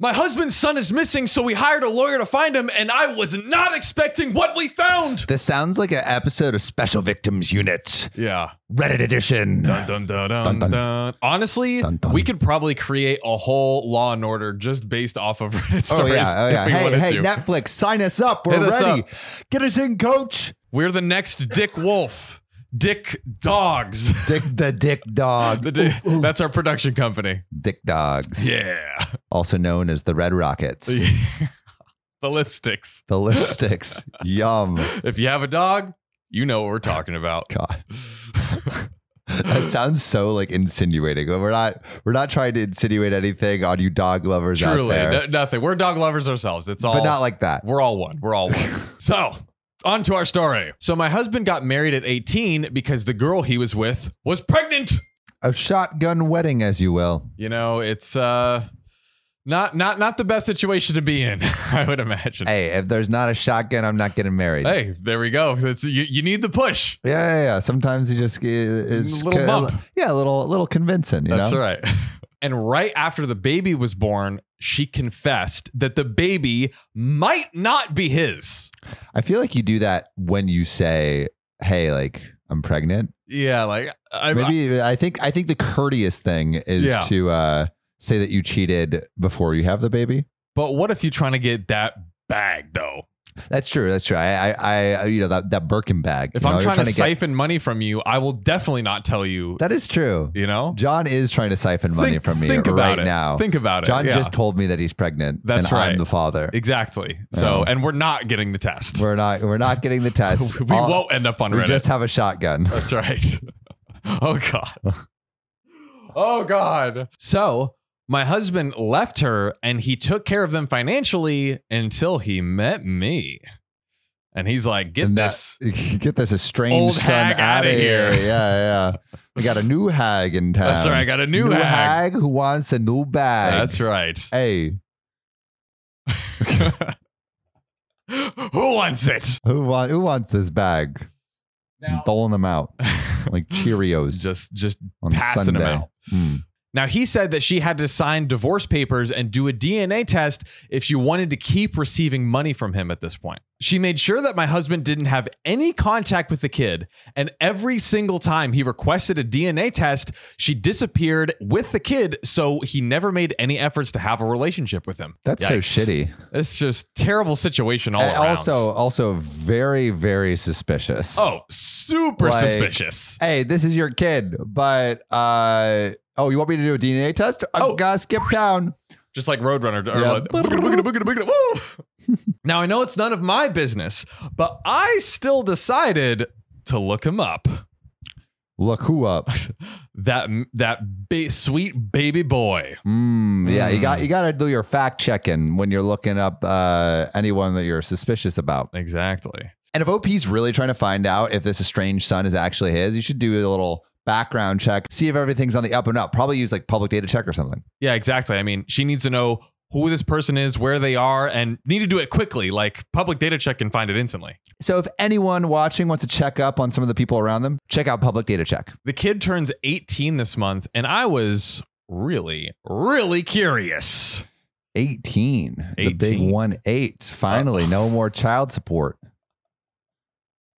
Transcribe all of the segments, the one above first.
My husband's son is missing, so we hired a lawyer to find him, and I was not expecting what we found. This sounds like an episode of Special Victims Unit, Yeah. Reddit edition. Dun, dun, dun, dun, Dun, dun. dun. Honestly, Dun, dun. we could probably create a whole Law and Order just based off of Reddit Oh stories yeah, oh yeah. if we Hey, wanted hey, to. Netflix, sign us up. We're Hit us ready. up. Get us in, coach. We're the next Dick Wolf, Dick Dogs. Dick Uh, the Dick Dog. The di- that's our production company. Dick Dogs. Yeah. Also known as the Red Rockets. the the lipsticks. The lipsticks. Yum. If you have a dog, you know what we're talking about. God. That sounds so like insinuating. We're not we're not trying to insinuate anything on you dog lovers out Truly, there. no- nothing. We're dog lovers ourselves. It's all but not like that. We're all one. We're all one. so, on to our story. So, my husband got married at 18 because the girl he was with was pregnant. A shotgun wedding, as you will. You know, it's uh not not not the best situation to be in, I would imagine. Hey, Hey, if there's not a shotgun, I'm not getting married. there we go. It's, you, you need the push. Yeah, yeah, yeah. Sometimes you just it's Little ca- bump. Yeah, a little, little convincing. You That's know, right. And right after the baby was born, she confessed that the baby might not be his. I feel like you do that when you say, "Hey, like I'm pregnant." Yeah, like I, Maybe I think I think the courteous thing is Yeah. to uh, say that you cheated before you have the baby. but what if you're trying to get that bag though? That's true. That's true. I, I, I you know that that Birkin bag. If you know, I'm you're trying, to, get- siphon money from you, I will definitely not tell you. that is true. you know, John is trying to siphon money Think- from me think about right it. now. Think about it. John Yeah. just told me that he's pregnant. That's and right. I'm the father. exactly. So, Oh. and we're not getting the test. We're not. We're not getting the test. we All- won't end up on We Reddit. just have a shotgun. That's right. oh god. Oh god. So, my husband left her and he took care of them financially until he met me. And he's like, "Get And that- this. Get this estranged Old son hag out outta of here. here. Yeah, yeah. We got a new hag in town. That's right. I got a new, hag. who wants a new bag. That's right. hey, Who wants it? who want who wants this bag? I'm throwing them out like Cheerios just just on passing Sunday. them out. Hmm. Now, he said that she had to sign divorce papers and do a DNA test if she wanted to keep receiving money from him at this point. She made sure that my husband didn't have any contact with the kid. And every single time he requested a DNA test, she disappeared with the kid. So he never made any efforts to have a relationship with him. That's so Yikes. shitty. It's just terrible situation all And around. also, also very, very suspicious. oh, super Like- suspicious. Hey, this is your kid, but uh, oh, you want me to do a DNA test? I Oh. gotta skip town. Just like Roadrunner. or Yeah. like, boogada, boogada, boogada, boogada, woo! now, I know it's none of my business, but I still decided to look him up. Look who up. That that ba- sweet baby boy. Mm, yeah, you got Mm. you got to do your fact checking when you're looking up uh, anyone that you're suspicious about. Exactly. And if OP's really trying to find out if this estranged son is actually his, you should do a little background check, see if everything's on the up and up. Probably use like public data check or something. Yeah, exactly. I mean, she needs to know who this person is, where they are, and need to do it quickly. Like public data check can find it instantly. So if anyone watching wants to check up on some of the people around them, check out public data check. The kid turns 18 this month, and I was really, really curious. 18, the big 18. one eight. Finally, no more child support.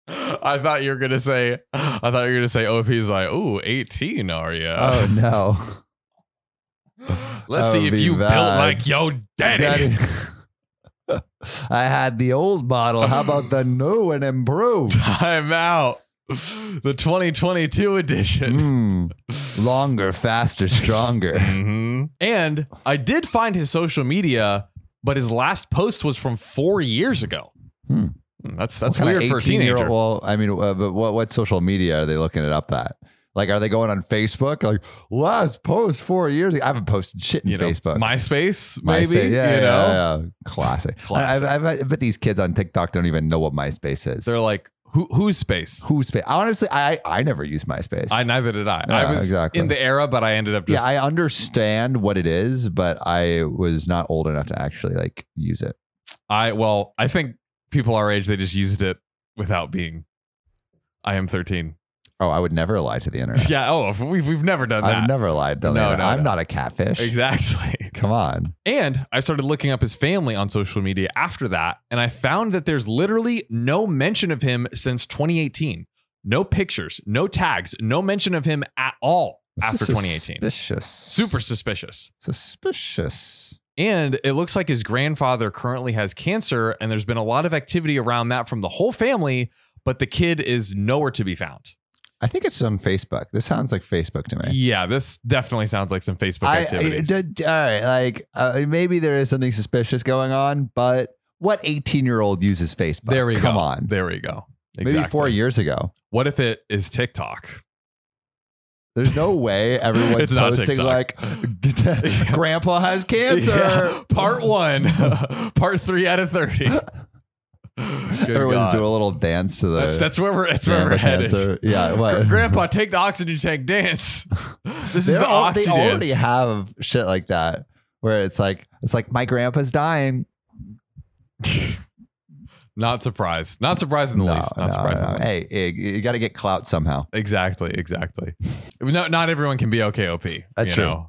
I thought you were gonna say. I thought you were gonna say. OP's like, ooh, 18, are you? Oh no, Let's Oh, That see would if be you bad. built like yo daddy. Daddy. I had the old model. How about the new and improved? Time out. The 2022 edition. Mm, longer, faster, stronger. Mhm. And I did find his social media, but his last post was from four years ago. Hmm. Hmm, That's that's What kinda weird for a 18-year-old teenager. Well, I mean, uh, but what what social media are they looking it up at? Like, are they going on Facebook? Like, last post four years. ago. I haven't posted shit in You know, Facebook. MySpace, MySpace, maybe. yeah, you yeah, know, yeah, yeah. classic. Classic. I, I, I bet these kids on TikTok don't even know what MySpace is. they're like, who who's space? Who's space? Honestly, I I never use MySpace. I neither did I. I Yeah, was exactly. in the era, but I ended up just yeah, I understand what it is, but I was not old enough to actually like use it. I well, I think people our age they just used it without being. I am thirteen. Oh, I would never lie to the internet. Yeah. Oh, if we've, we've never done that. I've never lied to the No, internet. no, I'm no. not a catfish. Exactly. Come on. And I started looking up his family on social media after that, and I found that there's literally no mention of him since 2018. No pictures, no tags, no mention of him at all This after is 2018. Suspicious. Super suspicious. suspicious. And it looks like his grandfather currently has cancer, and there's been a lot of activity around that from the whole family, but the kid is nowhere to be found. I think it's on Facebook. This sounds like Facebook to me. Yeah, this definitely sounds like some Facebook I- I- activities. d- d- all right, like uh, maybe there is something suspicious going on, but what 18 year old uses Facebook? there we go. Come on. There we go. Maybe four Exactly. years ago. What if it is TikTok? There's no way everyone's It's not posting TikTok. like grandpa has cancer. Yeah. Part one, part three out of 30. Good Everyone's God. doing a little dance to the that's, that's where we're, that's where grandpa we're headed. cancer. Yeah, what? Gr- Grandpa, take the oxygen tank dance. This is They're the al- oxy they already dance. have shit like that where it's like it's like my grandpa's dying. Not surprised. Not surprised in the least. Not surprised. in the least. Hey, hey, you got to get clout somehow. Exactly. Exactly. no, not everyone can be OKOP. That's you true. Know?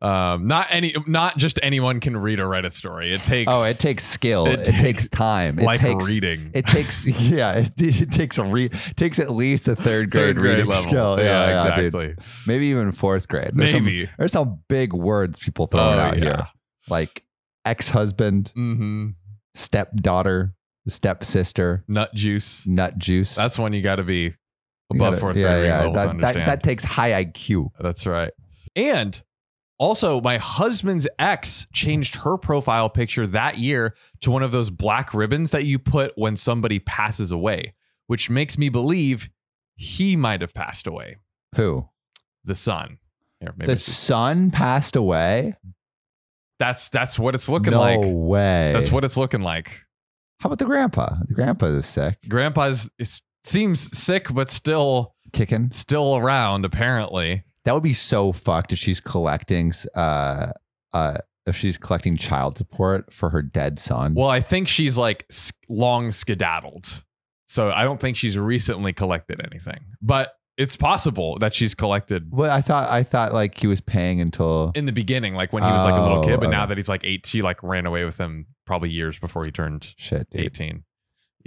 Um, not any, not just anyone can read or write a story. It takes, Oh, it takes skill. It It, takes- takes, time. It like takes reading. It takes yeah. It, it takes a re takes at least a third Third grade, grade reading level. skill. Yeah, dude. exactly. Maybe even fourth grade. There's some- Maybe. There's some big words people throwing Oh, out yeah. here, like ex-husband, Mm-hmm. stepdaughter, stepsister, Nut juice. nut juice. That's one you got to be You above gotta- fourth grade reading level to That, that, understand. that takes high IQ. That's right. And also, my husband's ex changed her profile picture that year to one of those black ribbons that you put when somebody passes away, which makes me believe he might have passed away. Who? The son. Here, maybe The it's- son passed away. that's that's what it's looking no like. way. That's what it's looking like. How about the grandpa? The grandpa was sick, Grandpa's it seems sick, but still kicking. still around. Apparently, That would be so fucked if she's collecting, uh, uh, if she's collecting child support for her dead son. Well, I think she's like s- long skedaddled. So I don't think she's recently collected anything, but it's possible that she's collected Well, I thought I thought like he was paying until in the beginning, like when he was like a little Oh, kid, but now okay. that he's like eight, she like ran away with him probably years before he turned shit, dude. 18.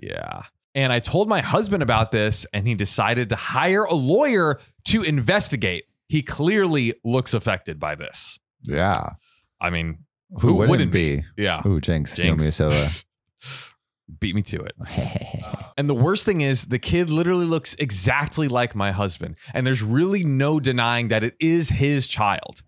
Yeah. And I told my husband about this and he decided to hire a lawyer to investigate. He clearly looks affected by this. Yeah, I mean, who, wouldn't, be? yeah, Ooh, Jinx, Jinx. Naomi Osaka. beat me to it. And the worst thing is, the kid literally looks exactly like my husband. And there's really no denying that it is his child.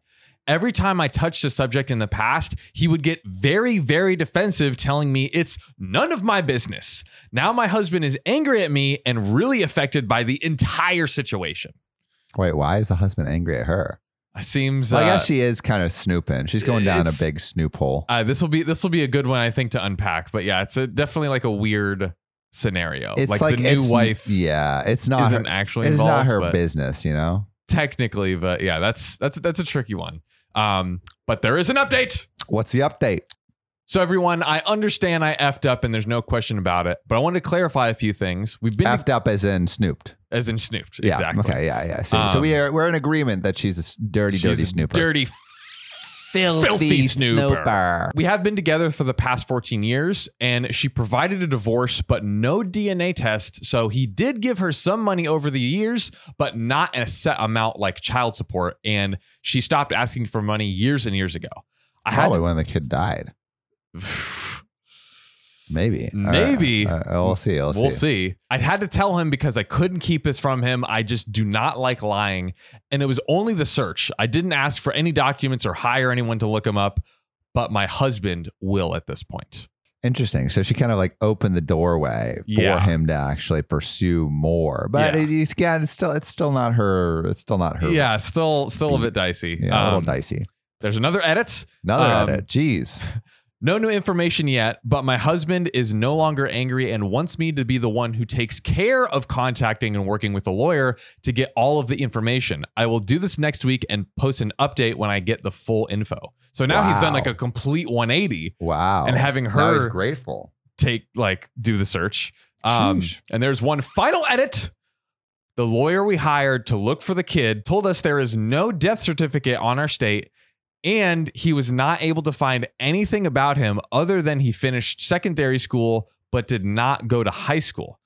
Every time I touched the subject in the past, he would get very, very defensive, telling me it's none of my business. Now my husband is angry at me and really affected by the entire situation. Wait, why is the husband angry at her? It seems Well, I uh, guess she is kind of snooping. She's going down a it's- big snoop hole. uh, this will be this will be a good one, I think, to unpack. But yeah, it's a, definitely like a weird scenario. It's like, like, the new it's- wife Yeah, it's not. isn't Her, actually it's involved. not her but- business, you know. technically, but yeah, that's that's that's a tricky one. Um, but there is an update. What's the update? So everyone, I understand I effed up, and there's no question about it. But I wanted to clarify a few things. We've been Effed up as in snooped. as in snooped, Yeah. exactly. Okay. Yeah. Yeah. So, Um, so we are we're in agreement that she's a s- dirty, She's dirty a snooper. dirty, filthy, snooper. We have been together for the past 14 years, and she provided a divorce, but no DNA test. So he did give her some money over the years, but not a set amount like child support. And she stopped asking for money years and years ago. I had Probably when the kid died. Maybe. All right. Maybe. Uh, we'll see. We'll, we'll see. see. I had to tell him because I couldn't keep this from him. I just do not like lying. And it was only the search. I didn't ask for any documents or hire anyone to look him up, but my husband will at this point. Interesting. So she kind of like opened the doorway for Yeah. him to actually pursue more, but Yeah. it, it's, yeah, it's still it's still not her. It's still not her. Yeah, still still a bit dicey. Yeah, a little Um, dicey. There's another edit. Another um, edit. Jeez. No new information yet, but my husband is no longer angry and wants me to be the one who takes care of contacting and working with a lawyer to get all of the information. I will do this next week and post an update when I get the full info. So now he's done Wow. like a complete 180 Wow. and having Now he's her grateful. take like do the search. Um, Sheesh. and there's one final edit. The lawyer we hired to look for the kid told us there is no death certificate on our state, and he was not able to find anything about him other than he finished secondary school but did not go to high school.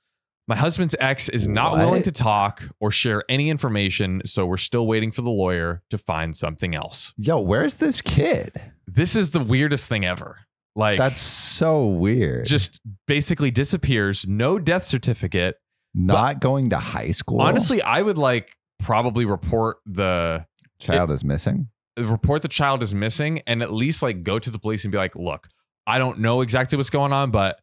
My husband's ex is not What? willing to talk or share any information, so we're still waiting for the lawyer to find something else. Yo, where's this kid? This is the weirdest thing ever. Like That's so weird. just basically disappears, no death certificate. not going to high school. Honestly, I would like probably report the child is missing. report the child is missing and at least like go to the police and be like, look, I don't know exactly what's going on, but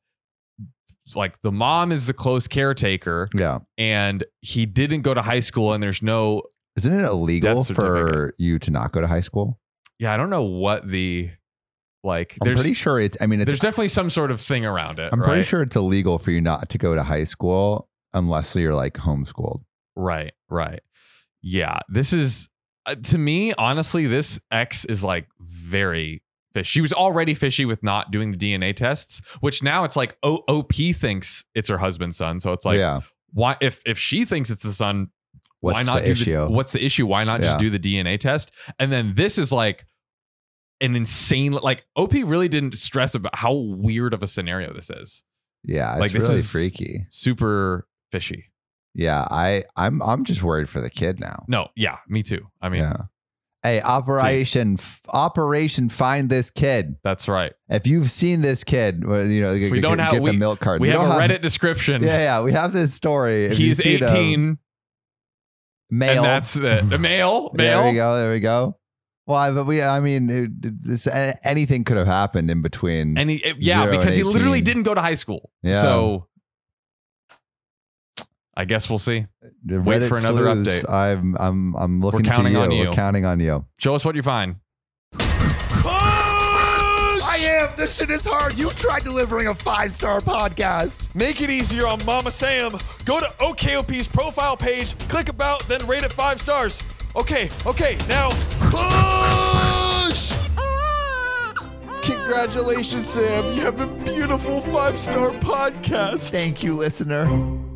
like the mom is the close caretaker Yeah. and he didn't go to high school and there's no Isn't it illegal Death certificate. for you to not go to high school? yeah, I don't know what the like I'm there's pretty sure it's. I mean, it's. there's definitely some sort of thing around it. I'm right? pretty sure it's illegal for you not to go to high school unless you're like homeschooled. Right, right. Yeah, this is uh, to me honestly this X is like very fish. She was already fishy with not doing the DNA tests, which now it's like O O P thinks it's her husband's son. So it's like yeah. why if if she thinks it's the son, What's why not the do issue? the what's the issue? Why not just do Yeah. the DNA test? And then this is like an insane like OP really didn't stress about how weird of a scenario this is. yeah, it's like, this really is- freaky. Super fishy. Yeah, I, I'm, I'm just worried for the kid now. No, yeah, me too. I mean, yeah. Hey, operation, f- operation, find this kid. that's right. If you've seen this kid, well, you know, we get, don't get have- the we- milk card. We have don't a Reddit description. Yeah, yeah, we have this story. If you He's see it, um, 18, male. and that's the, the male. There we Male. go. There we go. Well, I, but we, I mean, it- this a- anything could have happened in between. And he, it- yeah, Zero and because he literally 18. didn't go to high school. Yeah. So I guess we'll see. The wait for another sleuths, I'm, I'm, I'm looking counting to you. on you. We're counting on you. Show us what you find. I am. This shit is hard. You tried delivering a five star podcast. Make it easier on Mama Sam. Go to OKOP's profile page, click about, then rate it five stars. Okay, okay, now push! Congratulations, Sam. You have a beautiful five star podcast. Thank you, listener.